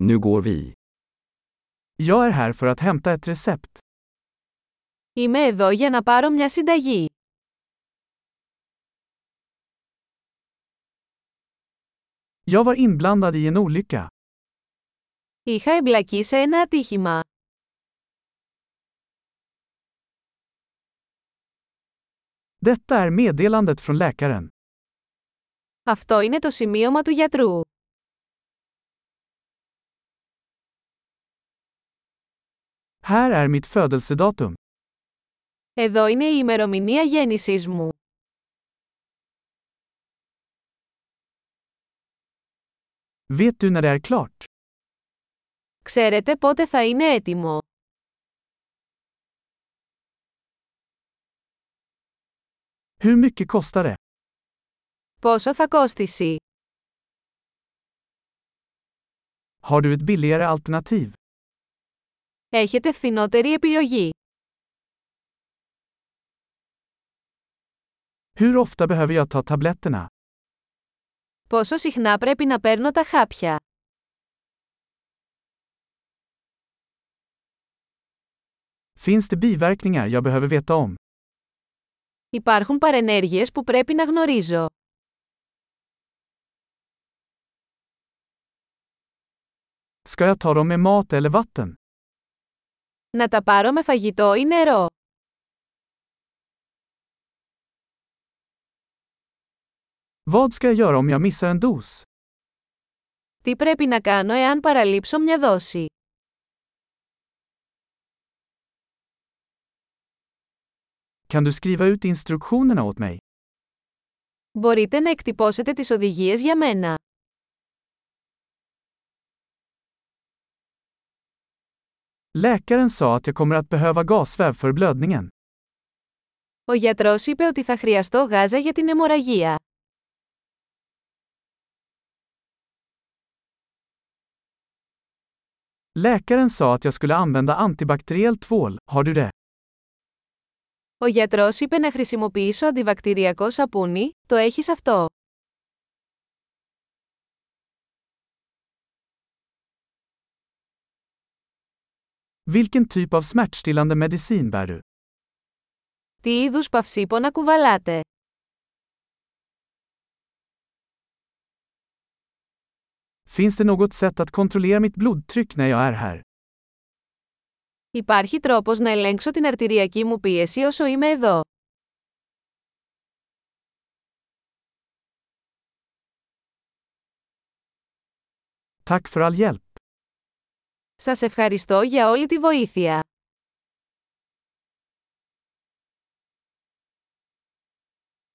Nu går vi. Jag är här för att hämta ett recept. Είμαι εδώ για να πάρω μια συνταγή. Jag var inblandad i en olycka. Είχα εμπλακεί σε ένα ατύχημα. Detta är meddelandet från läkaren. Αυτό είναι το σημείωμα του γιατρού. Här är mitt födelsedatum. Εδώ είναι η ημερομηνία γέννησής μου. Vet du när det är klart? Ξέρετε πότε θα είναι έτοιμο. Hur mycket kostar det? Πόσο θα κόστησει. Har du ett billigare alternativ? Έχετε φθηνότερη επιλογή. Hur ofta behöver jag ta tabletterna? Πόσο συχνά πρέπει να παίρνω τα χάπια. Finns det biverkningar jag behöver veta om? Υπάρχουν παρενέργειες που πρέπει να γνωρίζω. Ska jag ta dem med mat eller vatten? Να τα πάρω με φαγητό ή νερό. Vad ska jag göra om jag missar en dos? Τι πρέπει να κάνω εάν παραλείψω μια δόση. Kan du skriva ut instruktionerna åt mig? Μπορείτε να εκτυπώσετε τις οδηγίες για μένα. Läkaren sa att jag kommer att behöva gasväv för blödningen. Ο γιατρός είπε ότι θα χρειαστώ γάζα για την αιμορραγία. Läkaren sa att jag skulle använda antibakteriell tvål, har du det? Ο γιατρός είπε να χρησιμοποιήσω αντιβακτηριακό σαπούνι, το έχεις αυτό. Vilken typ av smärtstillande medicin bär du? Τι είδους παυσίπονα κουβαλάτε. Finns det något sätt att kontrollera mitt blodtryck när jag är här? Υπάρχει τρόπος να ελέγξω την αρτηριακή μου πίεση όσο είμαι εδώ. Tack för all hjälp. Σας ευχαριστώ για όλη τη βοήθεια.